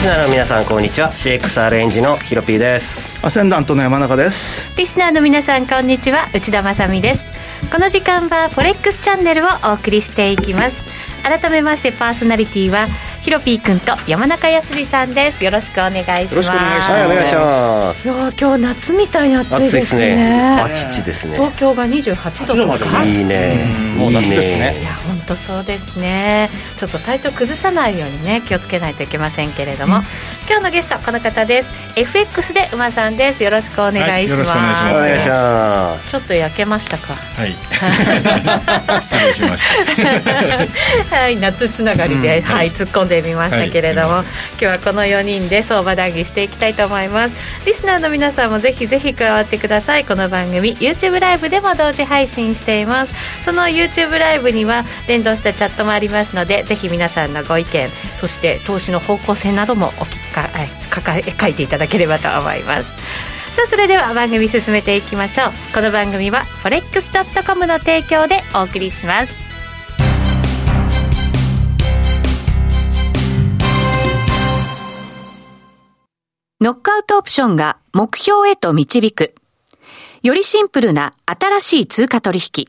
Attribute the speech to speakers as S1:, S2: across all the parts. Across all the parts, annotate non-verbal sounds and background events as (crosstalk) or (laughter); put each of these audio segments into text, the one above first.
S1: スナーの皆さんこんにちは CXR エンジのヒロピーです
S2: アセンダントの山中です
S3: リスナーの皆さんこんにちは内田まさみですこの時間はフォレックスチャンネルをお送りしていきます改めましてパーソナリティはヒロピーくんと山中康里さんですよろしくお願いします
S1: はいお願いします
S3: いやー今日夏みたいに暑
S1: 暑
S3: い
S1: いで
S3: です
S1: す
S3: ね
S1: ねあちちですね
S3: 東京が28度とかい
S1: いいね
S2: うんもう夏ですね
S3: や本当そうですねちょっと体調崩さないようにね気をつけないといけませんけれども、今日のゲストこの方です FX で馬さんですよろしくお
S4: は
S3: 願い
S4: い
S3: し
S4: よ
S3: ま
S4: ろ
S3: す、
S4: しくお願いし
S1: お
S4: ます
S1: 願いします
S3: ちょっと焼けましたか
S4: はい。 (laughs) 失礼しました。
S3: はい、夏つながりで、はい、突っ込んでみましたけれども、
S4: はい
S3: 今日はこの4人で相場談義していきたいと思いますリスナーの皆さんもぜひぜひ加わってくださいこの番組 YouTube ライブでも同時配信していますその YouTube ライブには連動したチャットもありますのでぜひ皆さんのご意見そして投資の方向性などもお聞かえ書かえ書いていただければと思いますさあそれでは番組進めていきましょうこの番組は forex.com の提供でお送りします
S5: ノックアウトオプションが目標へと導く。よりシンプルな新しい通貨取引。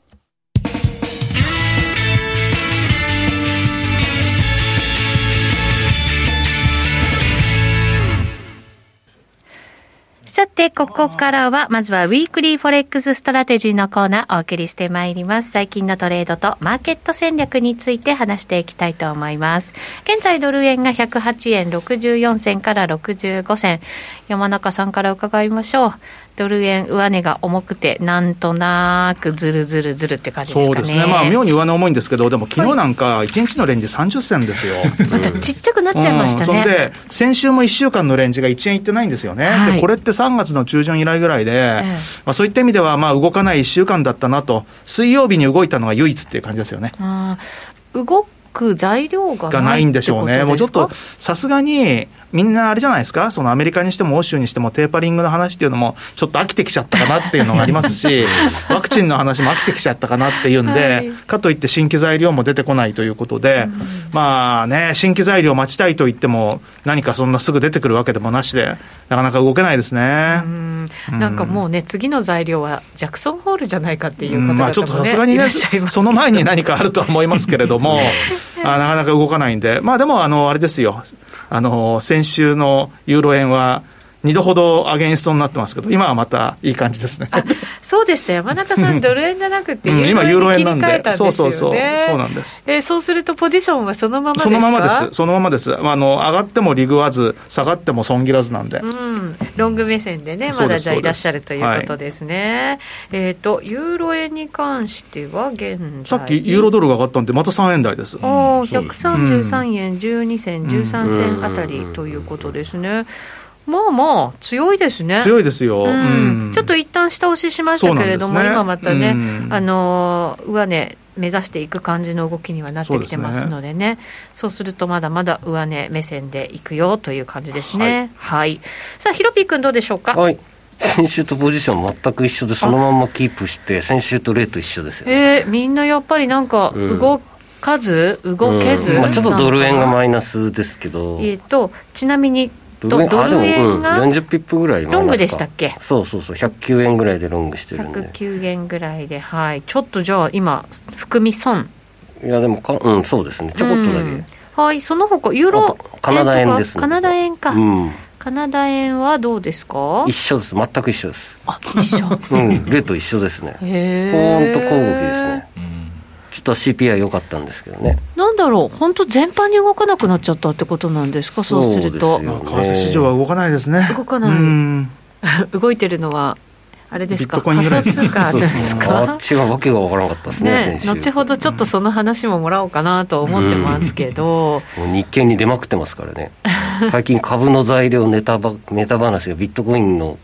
S3: さて、ここからは、まずはウィークリーフォレックスストラテジーのコーナーお送りしてまいります。最近のトレードとマーケット戦略について話していきたいと思います。現在ドル円が108円64銭から65銭。山中さんから伺いましょう。ドル円上値が重くて、なんとなくずるずるずるって感じです
S2: そ
S3: か
S2: う
S3: ね。
S2: ですね、まあ、妙に上値重いんですけど、でも昨日なんか、1日のレンジ30銭ですよ。
S3: またちっちゃくなっちゃいました
S2: う
S3: ね。
S2: んそれで、先週も1週間のレンジが1円いってないんですよね、
S3: はい
S2: でこれって3月の中旬以来ぐらいで、
S3: え
S2: まあ、そういった意味では、まあ、動かない1週間だったなと、水曜日に動いたのが唯一っていう感じですよね。
S3: あー動く材料がない
S2: がないんでしょうね、
S3: てこ
S2: もうちょっ
S3: ですか
S2: とさすがに、みんなあれじゃないですか、そのアメリカにしても欧州にしてもテーパリングの話っていうのも、ちょっと飽きてきちゃったかなっていうのがあり
S3: (laughs)
S2: ますし、ワクチンの話も飽きてきちゃったかなっていうんで、
S3: はい
S2: かといって新規材料も出てこないということで、まあね、新規材料待ちたいと言っても、何かそんなすぐ出てくるわけでもなしで、なかなか動けないですね。
S3: なんかもうね、次の材料はジャクソンホールじゃないかっていう
S2: ん
S3: う方々も、ね
S2: まあ、ちょっとさすがに
S3: いら
S2: ね、
S3: っしゃいます
S2: その前
S3: (laughs)
S2: に何かあるとは思いますけれども、あなかなか動かないんで、まあでも、あの、あれですよ、あの、先週のユーロ円は、2度ほどアゲインストになってますけど、今はまたいい感じですね。
S3: そうでした、山中さん、ドル円じゃなくて、
S2: うん
S3: ユ
S2: 今、ユ
S3: ー
S2: ーロ
S3: ロ円
S2: 円
S3: に
S2: な
S3: 切
S2: ん
S3: り替えた
S2: で、
S3: んです
S2: そう
S3: よね。
S2: そうそう、そうなんです。
S3: えーそうするとポジションはそのままですか
S2: そのままです、そのままです。まあ、あの、上がってもリグわず、下がっても損切らずなんで。
S3: うん、ロング目線でね、
S2: そう
S3: ま
S2: で
S3: だ
S2: す
S3: じゃあ
S2: そうで
S3: い
S2: す
S3: らっしゃるということですね。えっ、と、ユーロ円に関しては現在。
S2: さっき、ユーロドルが上がったんで、また3円台です。
S3: おお、
S4: そうです
S3: 133円12銭、13銭あたりということですね。まあまあ、強いですね。
S2: 強いですよ。
S3: うん
S2: うん
S3: ちょっと一旦下押ししましたけれど
S2: そうな
S3: も、
S2: んですね
S3: 今またね、
S2: うん
S3: あのー上値目指していく感じの動きにはなってきてますのでね、そうするとまだまだ上値目線でいくよという感じですね。はい。さあ、ヒロピー君どうでしょうか。
S1: はい先週とポジション全く一緒で、そのままキープして、先週とレート一緒ですよね。
S3: えー、みんなやっぱりなんか
S1: うん
S3: 動かず、動けず、
S1: うんまあ、ちょっとドル円が
S3: い
S1: マイナスですけど、
S3: えっとちなみにとド
S1: あでも
S3: ル円が
S1: うん、40ピップぐらいマイナスか
S3: ロングでしたっけ
S1: そうそうそう109円ぐらいでロングしてるんで
S3: 109円ぐらいで、はい、ちょっとじゃあ今含み損
S1: いやでもかうんそうですねちょこっとだけ
S3: うんはいその他ユーロ
S1: あカナダ円
S3: とか
S1: ですね
S3: カナダ円か、
S1: うん、
S3: カナダ円はどうですか
S1: 一緒です全く一緒です
S3: あ一緒
S1: うんレート一緒ですねポ
S3: へ
S1: ー
S3: え
S1: ンと小動きですね
S4: うん
S1: ちょっと CPI 良かったんですけどね
S3: なんだろう本当全般に動かなくなっちゃったってことなんですかそうす
S1: そ
S3: る
S1: う
S3: と
S1: ですよ
S2: まあ為替市場は動かないですね。
S3: 動かない
S2: うん。
S3: (laughs) 動いてるのはあれですか
S2: ビットコイン
S3: 仮
S2: ぐらいで
S3: 想
S2: す
S3: 通貨です
S1: あ
S3: か
S1: っちがわけが分からなかったですね
S3: ね
S1: 先週
S3: 後ほどちょっとその話ももらおうかなと思ってますけど、
S1: もう日経に出まくってますから
S3: (laughs)
S1: ね最近株の材料ネタばネタ話がビットコインの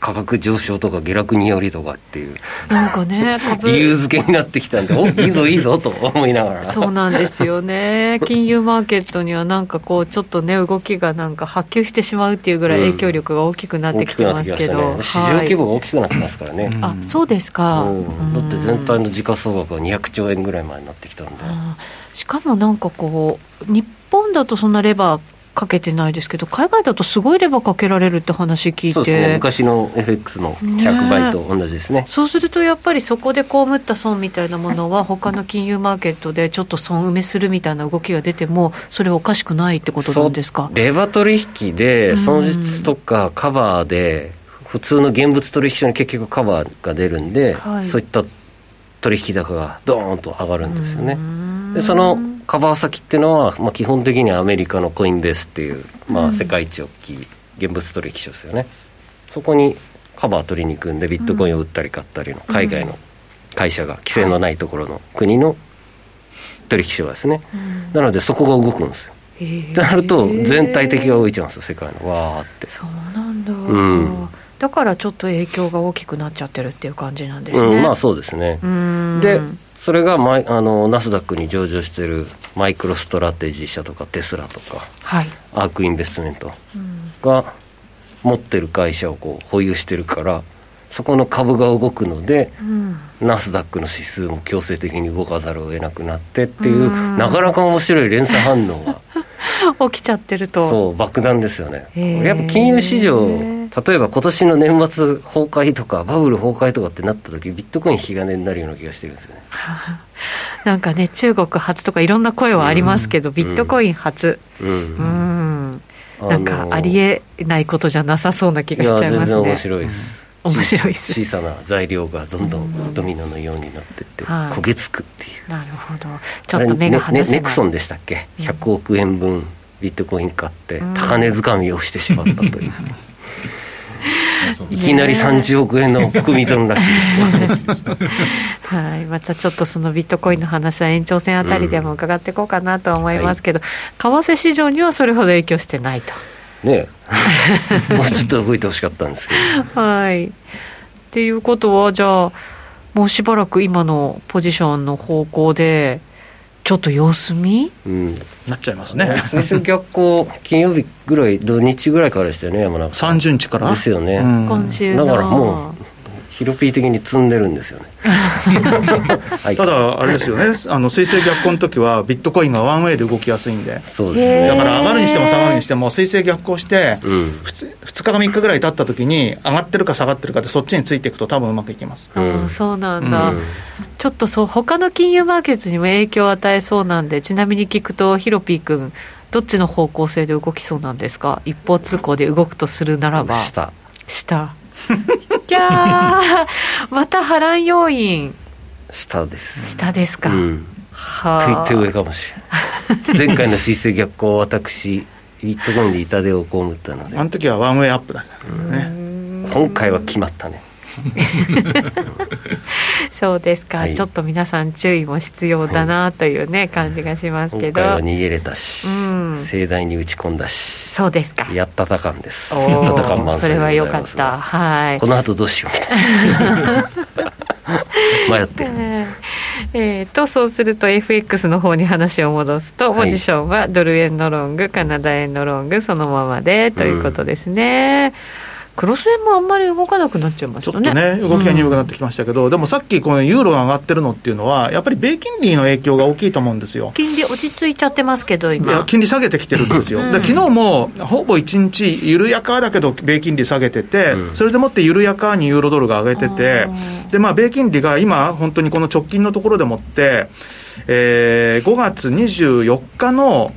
S1: 価格上昇とか下落によりとかっていう
S3: なんかね株
S1: 理由付けになってきたんでおいいぞいいぞと思いながら
S3: そうなんです
S1: (laughs)
S3: よね金融マーケットにはなんかこうちょっとね動きがなんか波及してしまうっていうぐらい影響力が大きくなって
S1: 大
S3: き
S1: き
S3: て
S1: くなっ
S3: ま
S1: てき
S3: す
S1: ま
S3: け
S1: した
S3: ど、
S1: ね市場規模が大きくなってますからね、
S3: はいあそうですか、
S1: うんだって全体
S3: うん
S1: の時価総額は200兆円ぐらい前になってきたんで、
S3: あーしかもなんかこう日本だとそんなレバーかけてないですけど海外だとすごいレバーかけられるって話聞いて
S1: そうですね昔の FX の100倍と同じですね
S3: そうするとやっぱりそこで被った損みたいなものは他の金融マーケットでちょっと損埋めするみたいな動きが出てもそれはおかしくないってことなんですか
S1: そうレバ取引で
S3: うん
S1: 損失とかカバーで普通の現物取引所に結局カバーが出るんで、
S3: はい
S1: そういった取引高がドーンと上がるんですよね
S3: うん
S1: でそのカバー先っていうのは、まあ、基本的にはアメリカのコインベースっていう、まあ、世界一大きい現物取引所ですよね、そこにカバー取りに行くんでビットコインを売ったり買ったりの海外の会社が規制のないところの国の取引所がですね、
S3: うん
S1: なのでそこが動くんですよ
S3: へー
S1: ってなると全体的が動いちゃうんですよ世界のわーって
S3: そうなんだ、
S1: ん
S3: だからちょっと影響が大きくなっちゃってるっていう感じなんですね、
S1: うん、まあそうですね
S3: う、ん
S1: でそれがマイあのナスダックに上場してるマイクロストラテジー社とかテスラとか
S3: はい、
S1: アークインベストメント
S3: うん
S1: が持ってる会社をこう保有してるからそこの株が動くので
S3: うん
S1: ナスダックの指数も強制的に動かざるを得なくなってっていう
S3: うん
S1: なかなか面白い連鎖反応が
S3: 起きちゃってると
S1: そう爆弾ですよね
S3: へー
S1: やっぱ金融市場例えば今年の年末崩壊とかバブル崩壊とかってなった時ビットコイン引き金になるような気がしてるんですよね
S3: なんかね中国発とかいろんな声はありますけど、ビットコイン発
S1: う
S3: うんん、なんかありえないことじゃなさそうな気
S1: い
S3: がし
S1: や
S3: ちゃい
S1: 全
S3: ま
S1: 然
S3: すね
S1: 面白いです
S3: うん面白いっす
S1: 小さな材料がどんどんドミノのようになってって
S3: はい
S1: 焦げつくっていう
S3: なるほどちょっと目が
S1: あれ
S3: 離せ
S1: ねね
S3: ない、
S1: ネクソンでしたっけ100億円分ビットコイン買って
S3: うん
S1: 高値掴みをしてしまったという
S4: そ
S2: (laughs)
S4: う
S1: いきなり30億円の含み損らしいです
S3: (laughs)
S1: ね
S3: はい、またちょっとそのビットコインの話は延長戦あたりでも伺っていこうかなと思いますけど、為替市場にはそれほど影響してないと。
S1: ねえもうちょっと動いてほしかったんですけど
S3: はい、っていうことはじゃあもうしばらく今のポジションの方向でちょっと様子見
S1: うん、
S2: なっちゃいますね。
S1: 最初逆行金曜日ぐらい土日ぐらいからでしたよね山中さん
S2: 30日から。
S1: ですよね
S2: うん
S3: 今週の
S1: だからもうヒロピー的に積んでるんですよ
S3: (laughs)
S1: ね、はい、
S2: ただ、あれですよね、あの水星逆行の時は、ビットコインがワンウェイで動きやすいんで、
S1: そうですね
S2: だから上がるにしても下がるにしても、水星逆行して、
S1: うん
S2: 2, 日か3日ぐらい経った時に、上がってるか下がってるかで、そっちについていくと、多分うまくいきます。
S3: あー
S1: うん
S3: そうなんだ、
S1: うん
S3: ちょっとそう他の金融マーケットにも影響を与えそうなんでちなみに聞くとヒロピー君どっちの方向性で動きそうなんですか一方通行で動くとするならば
S1: 下
S3: 下キャーまた波乱要因
S1: 下です
S3: 下ですか、
S1: うんと言
S3: は
S1: って上かもしれ
S3: (laughs)
S1: ない前回の水星逆行私ビットコインで痛手を被ったので
S2: あの時はワンウェイアップだったんだよね。
S1: 今回は決まったね
S3: そうですか、
S1: はい
S3: ちょっと皆さん注意も必要だなというね、感じがします
S1: 今
S3: けど
S1: 回は逃げれたし、
S3: うん
S1: 盛大に打ち込んだし
S3: そうですか
S1: やったたかんです
S3: お
S1: やったたかん
S3: ー
S1: 満
S3: そ
S1: 載
S3: れ
S1: でござ
S3: はい良
S1: ます
S3: かったはい
S1: この後どうしようみ
S3: (laughs)
S1: たいな迷ってる
S3: えーとそうすると FX の方に話を戻すと
S1: は
S3: ポ
S1: い
S3: ジションはドル円のロングカナダ円のロングそのままでということですね、黒線もあんまり動かなくなっちゃいま
S2: ち
S3: し
S2: ょったと
S3: ね。
S2: ね、動きが鈍くなってきましたけど、でもさっきこのユーロが上がってるのっていうのは、やっぱり米金利の影響が大きいと思うんですよ。
S3: 金利落ち着いちゃってますけど、
S2: いや
S3: 今。
S2: 金利下げてきてるんですよ、
S3: うん
S2: で昨日もほぼ1日、緩やかだけど、米金利下げてて、
S1: うん
S2: それでもって緩やかにユーロドルが上げてて
S3: あ、ー
S2: でまあ、米金利が今、本当にこの直近のところでもって、えー5月24日の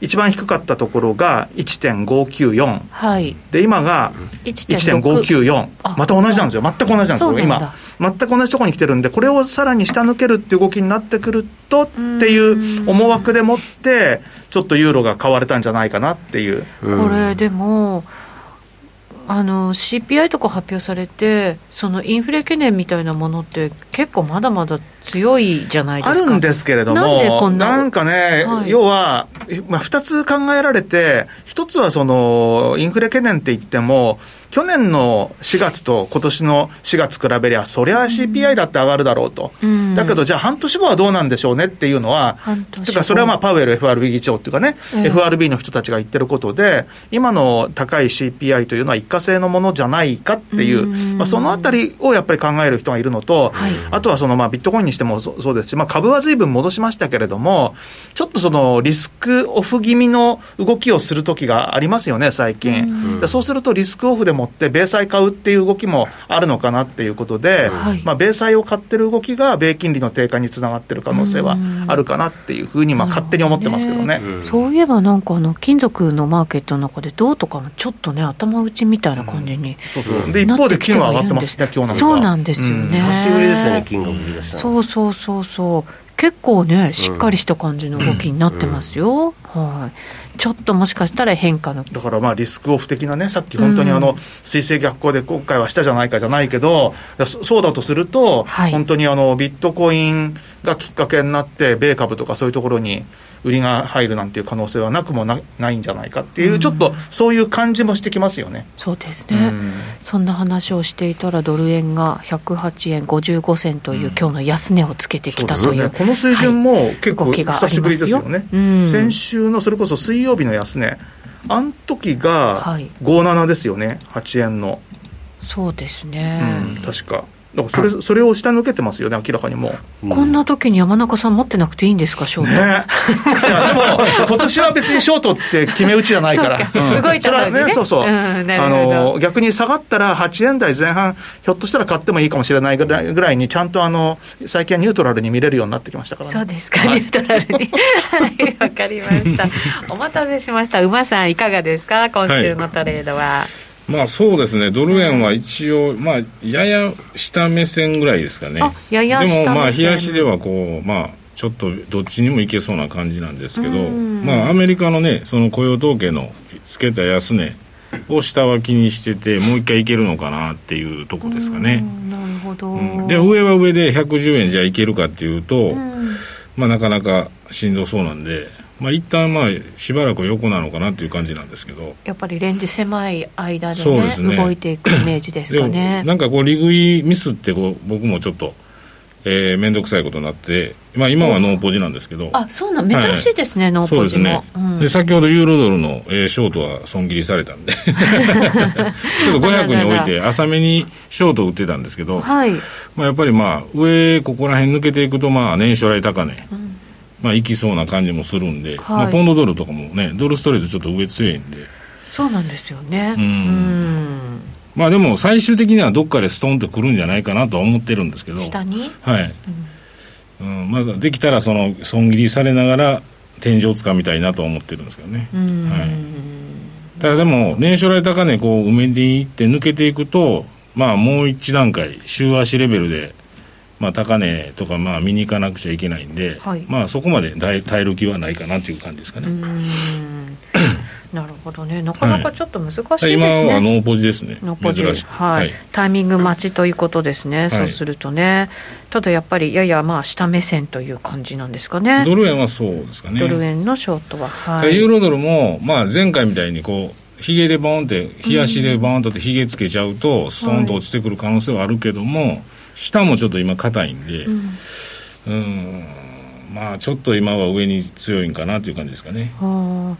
S2: 一番低かったところが1.594。
S3: はい。
S2: で今が
S3: あ
S2: 1.594、また同じなんですよ、全く同じなんです
S3: そ
S2: よ、
S3: うなんだ
S2: 今、全く同じところに来てるんで、これをさらに下抜けるっていう動きになってくるとっていう思惑でもって、ちょっとユーロが買われたんじゃないかなっていう、
S1: うん
S3: これでもあの CPI とか発表されてそのインフレ懸念みたいなものって結構まだまだ強いじゃないで
S2: あ
S3: すか
S2: るんですけれど
S3: なんでこ
S2: も、
S3: んな
S2: なんかね、
S3: はい
S2: 要は、えまあ、2つ考えられて、1つはそのインフレ懸念って言っても、去年の4月と今年の4月比べりゃ、そりゃ CPI だって上がるだろうと。
S3: うん
S2: だけど、じゃあ半年後はどうなんでしょうねっていうのは、
S3: 半年後
S2: てかそれはまあパウエル FRB 議長っていうかね、
S3: ええ
S2: FRB の人たちが言ってることで、今の高い CPI というのは一過性のものじゃないかっていう、
S3: うん
S2: まあ、そのあたりをやっぱり考える人がいるのと、
S3: はい
S2: あとはそのまあビットコインにしてもそそうですし、まあ、株は随分戻しましたけれども、ちょっとそのリスクオフ気味の動きをする時がありますよね、最近。でそうするとリスクオフでもって、米債買うっていう動きもあるのかなっていうことで、
S3: はい
S2: まあ、米債を買ってる動きが米金利の低下につながってる可能性はあるかなっていうふうに、まあ、勝手に思ってますけどね。
S1: うん
S3: そういえばなんかあの金属のマーケットの中で銅とかもちょっとね頭打ちみたいな感じに、
S2: そうそうで一方で金は上がってますね、今日なんか
S3: そうなんですよね、
S2: うん
S1: 久しぶりですね金が売り出したの
S3: そうそうそうそう結構ねしっかりした感じの動きになってますよ、はいちょっともしかしたら変化の
S2: だからまあリスクオフ的なね、さっき本当にあの、水星逆行で今回はしたじゃないかじゃないけど、そそうだとすると、
S3: はい
S2: 本当にあのビットコインがきっかけになって、米株とかそういうところに売りが入るなんていう可能性はなくもなないんじゃないかっていう、ちょっとそういう感じもしてきますよね。
S3: そうです
S2: う
S3: ね、
S2: ん
S3: そんな話をしていたらドル円が108円55銭という、今日の安値をつけてきた
S2: そ
S3: と
S2: う
S3: い
S2: です
S3: う
S2: ねこの水準も結構
S3: 動きがありますよ
S2: 久しぶりですよね、
S3: うん
S2: 先週のそれこそ水曜日の安値、あの時が
S3: はい
S2: 57ですよね、8円の。
S3: そうです
S2: うん
S3: ね、
S2: 確か。だからそれそれを下抜けてますよね、明らかにもう。
S3: こんな時に山中さん持ってなくていいんですか勝負、
S2: ね、いやでも、
S3: (laughs)
S2: 今年は別にショートって決め打ちじゃないから、
S3: そうか
S2: うん
S3: 動いたのにね
S2: それはそうそう、
S3: うんなる
S2: あ
S3: ほど
S2: の逆に下がったら、8円台前半、ひょっとしたら買ってもいいかもしれないぐらいぐらいに、ちゃんとあの最近はニュートラルに見れるようになってきましたからね。
S3: そうですか、ニュートラルにはいわかりましたお待たせしました馬さんいかがですか今週のトレードは、
S4: まあそうですね、ドル円は一応、まあ、やや下目線ぐらいですかね
S3: あ。やや下目線
S4: でも、まあ、冷やしではこう、まあ、ちょっとどっちにもいけそうな感じなんですけど、
S3: うん
S4: まあ、アメリカのね、その雇用統計のつけた安値を下脇にしてて、もう一回いけるのかなっていうとこですかね。
S3: うんなるほど、
S4: うんで、上は上で110円じゃいけるかっていうと、
S3: うん
S4: まあ、なかなかしんどそうなんで、まあ、一旦まあ、しばらく横なのかなっていう感じなんですけど。
S3: やっぱりレンジ狭い間で,、
S4: そう
S3: ね
S4: ですね
S3: 動いていくイメージですかね
S4: もなんかこう利食いミスってこう僕もちょっとえー面倒、くさいことになって、まあ、今はノーポジなんですけど
S3: あそうなん珍しいですね、ノー
S4: そう
S3: ポ
S4: で
S3: ジ
S4: す
S3: も
S4: ね、
S3: うん
S4: で先ほどユーロドルの、えーショートは損切りされた
S3: (laughs)
S4: んでちょっと500において浅めにショート打ってたんですけど、
S3: はい
S4: まあ、やっぱりまあ上ここら辺抜けていくとまあ年初来高値、まあ、行きそうな感じもするんで、
S3: はい
S4: まあ、ポンドドルとかもねドルストレートちょっと上強いんで
S3: そうなんですよね
S4: うん
S3: うん
S4: まあでも最終的にはどっかでストンとくるんじゃないかなとは思ってるんですけど
S3: 下に
S4: はい、うんまずできたらその損切りされながら天井をつかみたいなと思ってるんですけどね、
S3: うん、
S4: はい、ただでも年初来高値こう埋めにいって抜けていくとまあもう一段階週足レベルで、まあ、高値とかまあ見に行かなくちゃいけないんで、
S3: はい
S4: まあそこまで耐え耐える気はないかなという感じですかね、
S3: うんなるほどねなかなかちょっと難しいですね、
S4: 今はノーポジですね
S3: ノーポジ
S4: 珍しい、
S3: はいタイミング待ちということですね、
S4: い
S3: そうするとねただやっぱりややまあ下目線という感じなんですかね
S4: ドル円はそうですかね
S3: ドル円のショートはは
S4: ユー
S3: い
S4: ロドルも、まあ、前回みたいにこうひげでボーンって冷やしでボーンとってひげつけちゃうとストンと落ちてくる可能性はあるけども、下もちょっと今硬いんでうんんまあちょっと今は上に強いんかなという感じですかね
S3: あー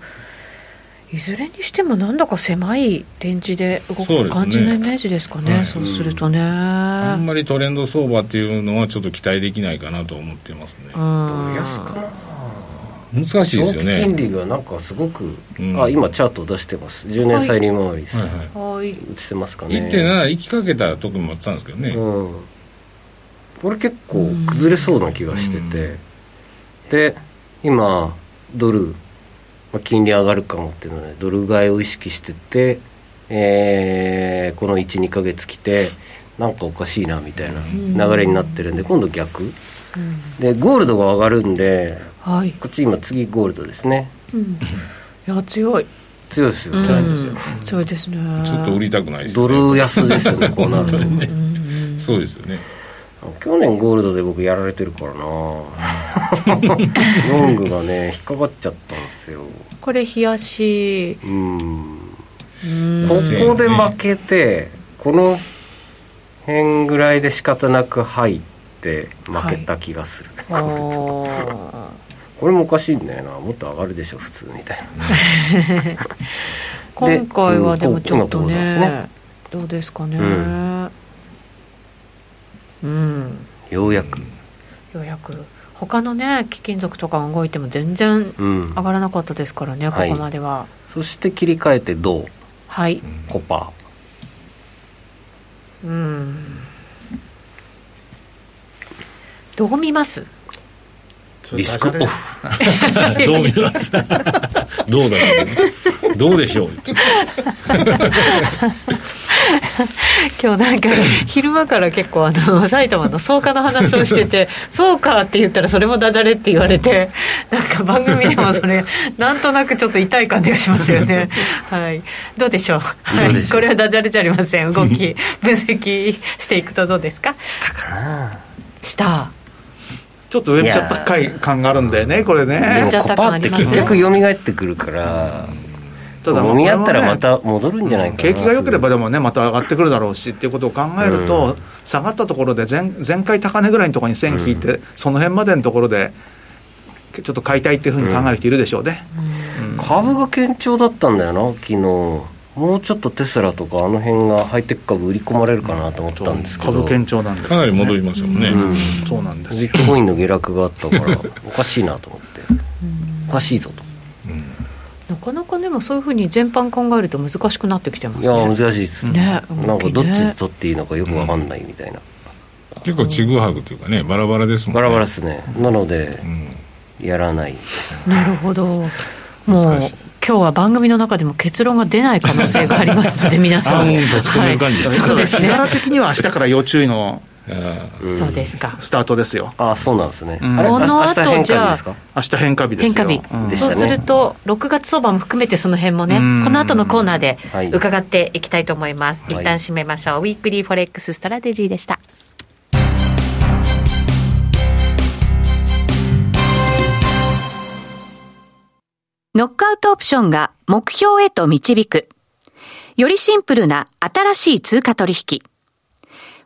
S3: いずれにしてもなんだか狭いレンジで動
S4: そう
S3: く
S4: ですね
S3: 感じのイメージですかね
S4: はい
S3: そうするとね、
S4: あんまりトレンド相場っていうのはちょっと期待できないかなと思ってますね
S3: うん
S1: 安か
S4: 難しいですよね
S1: 金利がなんかすごく、
S4: うん
S1: あ今チャート出してます10年債利回りです、
S4: はいはい
S3: はい
S1: 映ってますかね
S4: 1.7行きかけた時もあったんですけどね、
S1: うん、これ結構崩れそうな気がしてて、で今ドル、まあ、金利上がるかもっていうのでドル買いを意識してて、えーこの12ヶ月来てなんかおかしいなみたいな流れになってるんで今度逆
S3: うん
S1: でゴールドが上がるんで
S3: はい、
S1: こっち今次ゴールドですね
S3: うん、いや強い
S1: 強いですよ、
S3: うん
S2: 強いんですよ
S3: 強いですね
S4: ちょっと売りたくないです
S1: ド
S4: よ
S1: ル
S4: ね
S1: 安ですよねこうなると、
S3: うんうん
S4: そうですよね
S1: 去年ゴールドで僕やられてるからなロングがね引っかかっちゃったんですよ
S3: これ冷
S2: (laughs)
S3: やし
S1: うん
S3: うん
S1: こ
S4: そう
S1: こで負けてこの辺ぐらいで仕方なく入って負けた気がする、こ
S3: お
S1: れこれもおかしいんだよなもっと上がるでしょ普通みたいな
S3: 今回はでもちょっとね,、
S1: うん
S3: どうですかね
S1: うん
S3: うん、
S1: ようやく
S3: ようやく他のね貴金属とか動いても全然
S1: うん
S3: 上がらなかったですからね、
S1: はい
S3: ここまでは
S1: そして切り替えて銅
S3: はい
S1: コパ
S3: うんどう見ます
S2: そ
S1: ー
S2: れ
S1: リスクオフ
S4: どう見ますどうだろうねどうでしょう
S3: 今日な
S1: (laughs)
S3: んか昼間から結構あの埼玉の草加の話をして
S1: (laughs)
S3: て「そうか」って言ったらそれもダジャレって言われてなんか番組でもそれなんとなくちょっと痛い感じがしますよ
S1: (laughs)
S3: ねはいどうでしょうは
S1: どうで
S3: い
S1: しょう
S3: これはダジャレじゃありま
S1: (laughs)
S3: せん動き分析していくとどうですか
S1: したかな
S3: 下
S2: ちょっと上見ちゃった回感があるんだよねこれ
S1: で
S2: ね
S1: も
S3: ちょっと
S1: コパーって結局蘇ってくるから、揉み合ったらま
S2: こ
S1: た戻るんじゃ
S2: れ
S1: な
S2: はいね
S1: かな、
S2: 景気が良ければでもねまた上がってくるだろうしっていうことを考えると、下がったところで前前回高値ぐらいのところに線引いて、その辺までのところでちょっと買いたいっていうふうに考える人いるでしょうね、うん
S1: 株が堅調だったんだよな昨日もうちょっとテスラとかあの辺がハイテク株売り込まれるかなと思ったんですけど、
S2: 株堅調なんです
S4: か
S2: よ
S4: な
S2: ね、
S4: り戻りましたもんね、
S1: うん
S2: そうなんです
S1: ビ
S2: よ
S1: ットコインの下落があったから
S2: (laughs)
S1: おかしいなと思っておかしいぞと
S3: なかなかでもそういうふうに全般考えると難しくなってきてま
S1: い
S3: す
S1: や
S3: ね
S1: 難しいです、
S3: ね
S1: なんかどっちで
S3: ね
S1: 取っていいのかよくわかんないみたいな、
S4: 結構ちぐはぐというかねバラバラですもんね
S1: バラバラですねなので
S4: うん
S1: やらない
S3: なるほど。もう今
S4: 難しい
S3: 日は番組の中でも結論が出ない可能性がありますので皆さ
S1: (laughs)
S4: あ
S3: ん、
S4: もう立ち込める感じです
S3: そうです
S2: 日
S3: ね。
S2: 柄的には明日から要注意の
S4: あー
S1: ん
S3: そうですか。
S2: スタートですよ
S1: ああそうなんですね、
S2: うん
S1: あれ
S2: こ
S3: の
S1: あ
S3: 後
S1: 明日変
S3: じ
S1: 換
S3: ゃ
S1: 日
S3: あ
S1: ですか
S2: 明日変化日で
S3: 変
S2: す
S3: 化
S2: よ
S3: 日、
S2: うん
S1: でし
S3: そ
S1: た
S3: う
S1: ね
S3: すると6月相場も含めてその辺もね
S2: うん
S3: この後のコーナーで
S1: はい
S3: 伺っていきたいと思います、
S1: はい
S3: 一旦締めましょうウィークリーフォレックスストラテジーでした
S5: ノックアウトオプションが目標へと導く。よりシンプルな新しい通貨取引。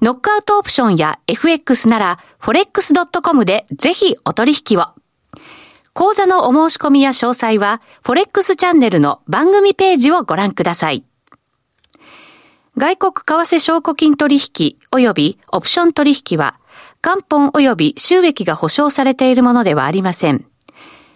S5: ノックアウトオプションや FX なら forex.com でぜひお取引を。講座のお申し込みや詳細は forex チャンネルの番組ページをご覧ください。外国為替証拠金取引及びオプション取引は元本及び収益が保証されているものではありません。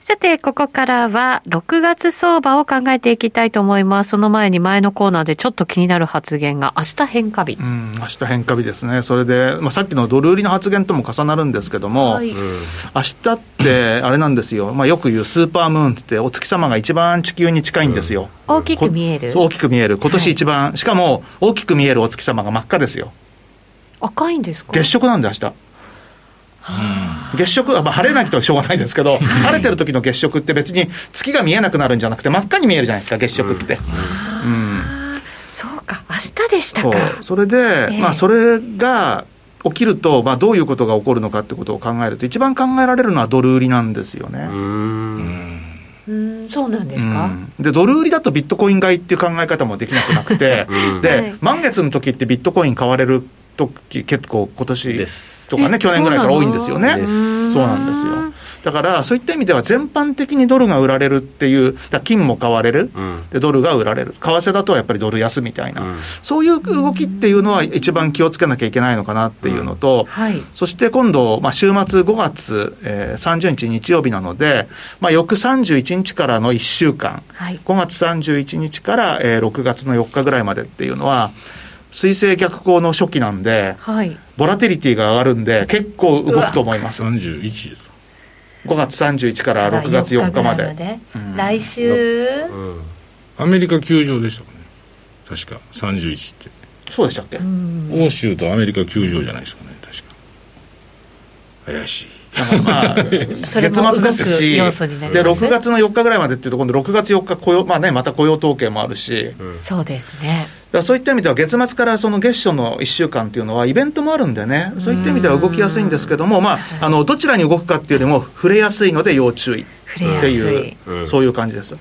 S3: さて、ここからは6月相場を考えていきたいと思います。その前に前のコーナーでちょっと気になる発言が明日変化日
S2: う。ん、明日変化日ですね、それで、まあ、さっきのドル売りの発言とも重なるんですけども、
S3: はい
S2: 明日
S3: (laughs)
S2: って、あれなんですよ、まあ、よく言うスーパームーンってって、お月様が一番地球に近いんですよ。
S3: 大きく見える
S2: こ。大きく見える、今年一番、しかも大きく見えるお月様が真っ赤ですよ、
S3: 赤いんですか
S2: 月食なんで、明日月食は、まあ、晴れなきとしょうがないですけ
S3: (laughs)
S2: ど、晴れてる時の月食って、別に月が見えなくなるんじゃなくて、真っ赤に見えるじゃないですか、月食って。うん
S3: そうか、明日でした
S2: そう
S3: か。
S2: それで、
S3: ええ
S2: まあ、それが起きると、まあ、どういうことが起こるのかってことを考えると、一番考えられるのはドル売りなんですよね。
S3: うん、そうなんですか。
S2: うんでドル売りだとビットコイン買いっていう考え方もできなくなくて、で、
S3: はい
S2: 満月の時ってビットコイン買われる時結構今
S1: で
S2: 年
S1: す
S2: とか
S3: え
S2: ね去年ぐらいから多いんですよね
S1: そうな
S3: の
S2: そうなんですよだからそういった意味では全般的にドルが売られるっていうだから金も買われる、
S1: うん
S2: でドルが売られる為替だとやっぱりドル安みたいな、
S1: うん
S2: そういう動きっていうのは一番気をつけなきゃいけないのかなっていうのと、
S3: はい。
S2: そして今度、まあ、週末5月、えー30日日曜日なので、まあ、翌31日からの1週間、
S3: はい
S2: 5月31日から、えー6月の4日ぐらいまでっていうのは、水星逆行の初期なんで、
S3: はい。
S2: ボラティリティが上がるんで、結構動くと思います。5
S4: 31です
S2: 月31から6月4日まで。
S3: 4ぐらいまで来週、
S4: アメリカ球場でしたかね確か31って
S2: そうでしたっけ、
S4: 欧州とアメリカ球場じゃないですかね確か怪しい
S2: まあ、
S3: (laughs)
S2: 月
S3: それも
S2: 末ですし、
S3: 動く要素になり
S2: で、
S3: ますね
S2: 6月の4日ぐらいまでっていうと、今度6月4日雇用、まあね、また雇用統計もあるし、
S3: そうですね。
S2: だからそういった意味では、月末からその月初の1週間っていうのは、イベントもあるんでね、そういった意味では動きやすいんですけども、まあ、あのどちらに動くかっていうよりも、触れやすいので要注意って
S3: 触れやす
S2: い、
S3: いう
S2: そういう感じです。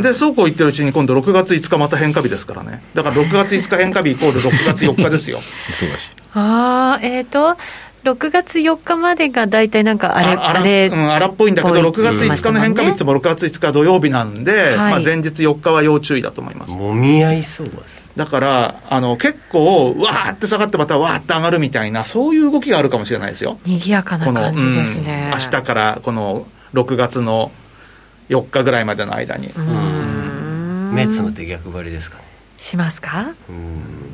S2: で、そうこう言ってるうちに、今度6月5日、また変化日ですからね、だから6月5日変化日イコール6月4日ですよ、
S4: 忙しい
S3: ああ、えっ、と、6月4日までが大体なん (laughs) かあれ、あ
S2: ら
S3: れ、
S2: うん、荒っぽいんだけど、
S3: ぽい
S2: 6月5日の変化日
S3: う
S2: い
S3: ん
S2: つも6月5日土曜日なんで、
S3: はい
S2: まあ、前日4日は要注意だと思います。
S1: もみ合いそうです
S2: だから、あの、結構、わーって下がってまたわーって上がるみたいな、そういう動きがあるかもしれないですよ。
S3: 賑やかな
S2: この、
S3: 感じです
S2: うん
S3: ね。
S2: 明日からこの6月の4日ぐらいまでの間に。
S1: 目つむって逆張りですかね
S3: しますか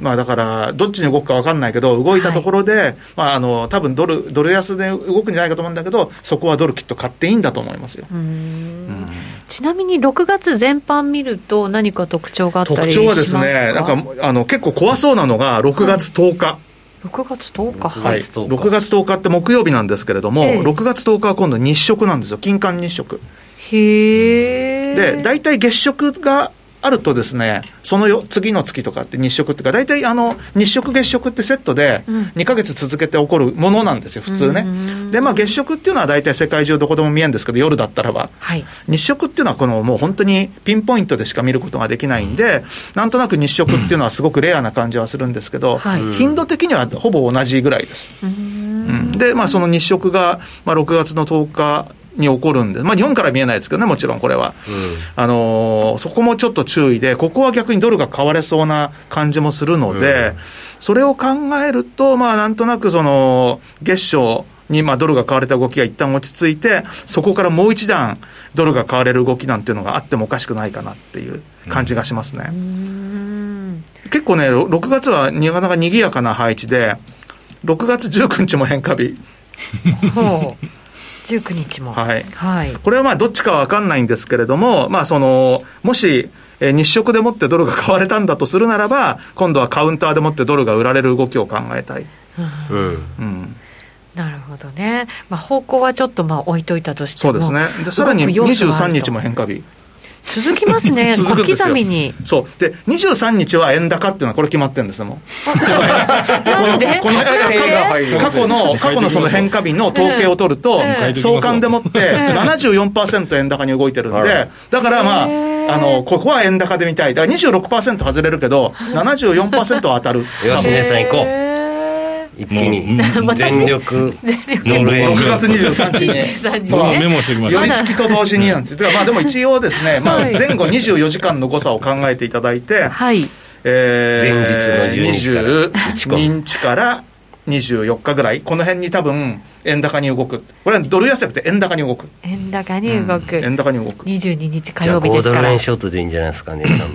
S2: まあだから、どっちに動くか分かんないけど、動いたところで、まああの、多分ドル、ドル安で動くんじゃないかと思うんだけど、そこはドルきっと買っていいんだと思いますよ。
S3: ちなみに6月全般見ると何か特徴があった
S2: 特
S3: りします
S2: 徴
S3: か
S2: はですね、なんか、あの、結構怖そうなのが、6月10日。
S3: 6月10日
S1: は
S2: はいい、
S1: 6月10日
S2: 6月10日って木曜日なんですけれども、
S3: ええ
S2: 6月10日は今度日食なんですよ金環日食
S3: へえ
S2: で大体月食があるとですねそのよ次の月とかって日食っていうか大体あの日食月食ってセットで
S3: ん
S2: 2ヶ月続けて起こるものなんですよ普通ね、でまあ月食っていうのは大体世界中どこでも見えるんですけど夜だったらば
S3: はい
S2: 日食っていうのはこのもう本当にピンポイントでしか見ることができないんで、なんとなく日食っていうのはすごくレアな感じはするんですけど、
S3: はい
S2: 頻度的にはほぼ同じぐらいです。うんで、まあその日食が、まあ、6月の10日に起こるんで、まあ日本から見えないですけどね、もちろんこれは。あのーそこもちょっと注意で、ここは逆にドルが買われそうな感じもするので、それを考えると、まあなんとなくその、月初、にまあドルが買われた動きが一旦落ち着いて、そこからもう一段、ドルが買われる動きなんていうのがあってもおかしくないかなっていう感じがしますね。結構ね、ろ6月はなかなか賑やかな配置で、6月19日も変化日。
S3: ほう19日 (laughs) も
S2: はい
S3: はい
S2: これはまあどっちかわかんないんですけれども、まあその、もし、えー日食でもってドルが買われたんだとするならば、今度はカウンターでもってドルが売られる動きを考えたい。
S1: うん
S2: うん。
S3: なるほどね、まあ、方向はちょっとまあ置いといたとして
S2: そ
S3: も
S2: うですね。で、さらに
S3: 動く要素はあ
S2: 23
S3: ると
S2: 日も変化日。
S3: 続きますね
S2: (laughs) 続くん
S3: 小
S2: ですよ
S3: 刻みに
S2: そう。で、23日は円高っていうのはこれ決まってるんですよもう。
S3: なんで
S2: この
S3: なんで
S2: え過去の、過去のその変化日の統計を取ると
S4: え、
S2: 相関でもって74%円高に動いてるん
S1: あら
S2: で、だからま
S3: へー
S2: あ、あの、ここは円高で見たい。だから26%外れるけど、74%は当たる。 (laughs)
S1: よし
S2: 多分
S1: 姉さん行こう
S3: へー
S1: 一気に (laughs)
S4: もう
S1: 全力ノルウェー
S2: 6
S1: ジ
S2: 月23日に
S3: 23
S4: 僕はメモしておきま
S2: (laughs)
S4: し
S2: 寄
S4: た
S2: り付きと同時になんて、てかまあでも一応ですね、まあ、
S3: はい
S2: 前後24時間の誤差を考えていただいて、
S5: はい。
S2: え
S1: 前日の12
S2: 22日から24日ぐらい、この辺に多分円高に動く、これはドル安じゃなくて円高に動く、
S3: 円高に動く、
S2: 円高に動く、
S3: 22日火
S1: じゃあ
S3: 曜日
S1: 5
S3: です
S1: ド
S3: か
S1: ル円
S3: ら
S1: ショートでいいんじゃないですかねあの僕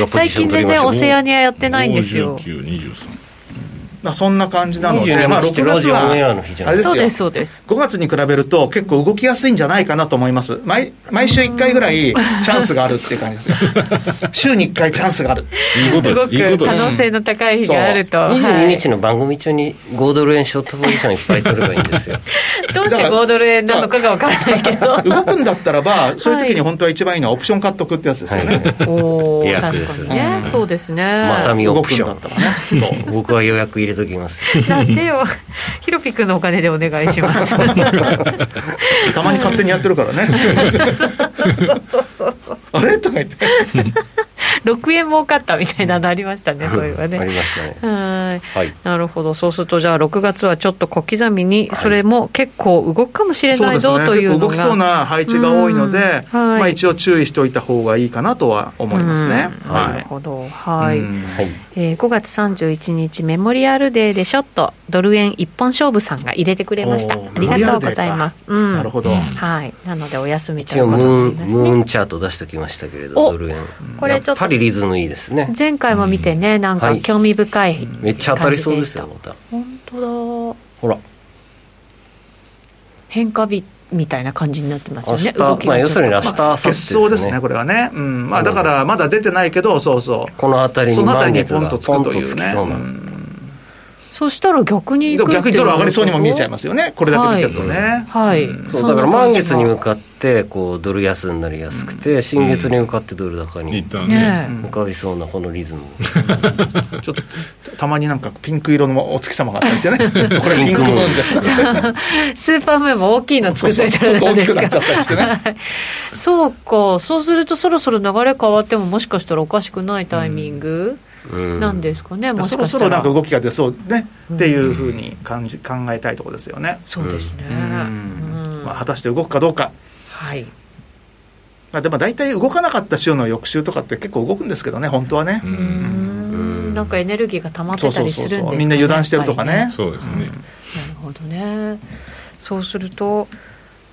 S1: がポ
S3: 最
S1: ジション
S3: 近
S1: 取
S3: 全
S1: りまし
S3: 然
S1: た
S3: オ
S1: ね
S3: セアニアやってないんですよ
S4: 59、23。
S2: まあそんな感じなので、
S1: 22
S2: まあ、
S1: 日って
S2: 6
S1: ラ
S2: 月
S1: ジオ
S2: は
S1: オンエアの日じゃ
S2: あ
S1: ない
S2: れ
S1: で
S2: ですす
S3: そ
S2: よ
S3: うですそうです
S2: 5月に比べると結構動きやすいんじゃないかなと思います毎毎週1回ぐらいチャンスがあるっていう感
S1: (laughs)
S2: じですよ週に1回チャンスがある
S4: いいこと
S3: す
S4: で
S3: ご
S4: す。いいこ
S3: く
S4: と
S3: 可
S4: です
S3: 能。性の高い日があると、は
S1: 22
S3: い
S1: 日の番組中に5ドル円ショートポジションいっぱい取ればいいんですよ
S3: どうして5ドル円なのかがわからないけど
S2: 動くんだったらばそういう時に本当は一番いいのはオプション買っとくってやつですよね、
S3: おお
S1: リラック
S3: 確
S1: ス
S3: かにね、そうですね
S1: まさみオ
S2: 動
S1: プ
S2: くん
S1: シ
S2: だ
S1: ョ
S2: ったらね
S1: ンそう僕は予約入れときます
S3: なんでよひろぴくんのお金でお願いします
S1: (laughs)
S2: たまに勝手にやってるからね
S3: (laughs) そうそうそう
S2: (laughs) あれとか言って
S3: 6円儲かったみたいなのありましたねそういえばね
S1: ありましたね
S3: はい
S1: はい
S3: なるほどそうするとじゃあ6月はちょっと小刻みにそれも結構動くかもしれ
S2: そう
S3: ない
S2: です
S3: ぞ、
S2: ね
S3: とい
S2: 結
S3: う
S2: 構
S3: の
S2: 動きそう
S3: が
S2: な配置が多いので、
S3: うんはい
S2: まあ、一応注意しておいた方がいいかなとは思いますね、
S3: うんなる
S2: は
S3: ほど
S2: い、
S3: はい、
S2: うん
S1: はい
S3: えー5月31日メモリアルデーでショットドル円一本勝負さんが入れてくれました
S2: おー
S3: ありがとうございます、うん、
S2: なるほど、
S3: はいなのでお休みとい
S1: 一
S3: う
S1: 応
S3: こ
S1: ム
S3: と
S1: ー
S3: に
S1: ン
S3: なり
S1: ム
S3: ます
S1: ー
S3: ね
S1: ンチャート出してきましたけれど
S3: お
S1: ドル円
S3: これちょっと
S1: やっぱりリズムいいですね
S3: 前回も見てねなんか
S1: はい
S3: 興味深い感じでした、
S1: めっちゃ当たりそうですよまた
S3: 本当だ
S1: ほら
S3: 変化日みたいな感じになってます
S1: 明
S3: よね
S1: 日、
S3: 動き
S1: まあ
S3: が
S1: 要
S3: ちょっ
S1: す
S3: と
S1: るに明日明後日で
S2: 決
S1: す
S2: 勝
S1: ね
S2: ですね、これはね、うんまあ、だからまだ出てないけど、そうそう、
S1: この辺り
S2: そ
S1: に
S2: のあた
S1: 満
S2: りに
S1: 月
S2: ポン
S1: が
S2: と
S1: ポ
S2: つく
S1: ン
S2: と
S1: と
S2: い
S1: つ
S2: う
S1: き
S2: ね、
S1: そう
S2: う
S1: なん
S3: そしたら逆
S2: で
S3: に行
S2: も
S3: く
S2: 逆にドル上がりそうにも見えちゃいますすよね、これだけ見てるとね。
S3: はい、
S1: そうだから
S3: そんな
S1: 満
S3: 感じ
S1: 月
S3: が
S1: に向かってこうドル安になりやすくて新月に向かってドル高
S4: 一
S1: に
S4: 旦ね。
S3: ね
S1: 向かいそうなこのリズム
S2: ちょっとたまになんかピンク色のお月様があったりして
S3: (laughs)
S2: ね、これピンクムーンですって
S3: えスーパームーンも大きいの
S2: そう
S3: (laughs) 作っ
S2: そ
S3: と
S2: う
S3: い
S2: ちょ
S3: た
S2: っと大きくな
S3: らなんですか
S2: っちゃったりしてね。
S3: そうかそうするとそろそろ流れ変わってももしかしたらおかしくないタイミング
S1: うん
S3: なんですかね、もし
S2: そ
S3: か
S2: ろ
S3: し
S2: そ
S3: た
S2: ろ
S3: ら
S2: なんか動きが出そうね、っていうふうに感じ考えたいところですよね。
S3: そうですね、
S2: う
S3: うんん
S2: まあ、果たして動くかどうか。
S3: はい
S2: まあ、でも大体動かなかった週の翌週とかって結構動くんですけどね、本当はね。
S4: う
S3: うー
S4: ん
S3: んなんかエネルギーが溜まって
S2: そう
S3: た
S2: そう
S3: り
S2: そ
S3: する
S2: うん
S3: です
S2: そ
S3: か
S2: う。
S3: ね
S2: みんな油断してるとかね。
S4: そうですね。
S3: なるほどね。そうすると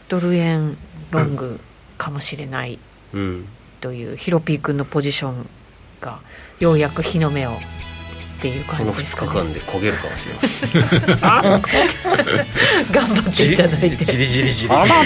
S3: ドル円ロングかもしれない
S1: うん
S3: という、ヒロピー君のポジションがようやく日の目をっていう
S1: こ
S3: 感
S1: の
S3: じです
S1: 2
S3: か、
S1: 日
S3: ね。
S1: 間で焦げるかもしれません
S3: (laughs) 頑張っていただいて、
S1: リジリジリあら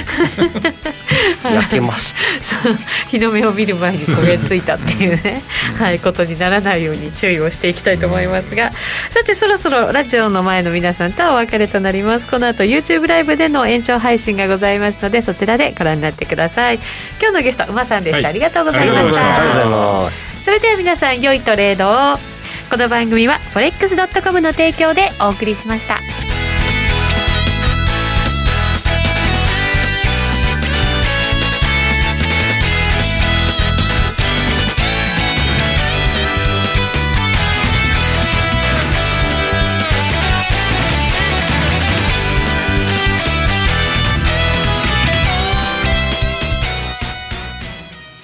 S3: (laughs)
S1: 焼けました
S3: そう日の目を見る前に焦げついたっていうね、はいことにならないように注意をしていきたいと思いますが、さてそろそろラジオの前の皆さんとはお別れとなります。この後 YouTube ライブでの延長配信がございますので、そちらでご覧になってください。今日のゲスト馬さんでした。
S4: はい
S3: ありがとうございま
S4: ありがと
S3: し
S4: うございま
S1: あ
S4: した
S1: りがとうござ
S3: た。
S1: います
S3: それでは皆さん良いトレードをこの番組は forex.com の提供でお送りしました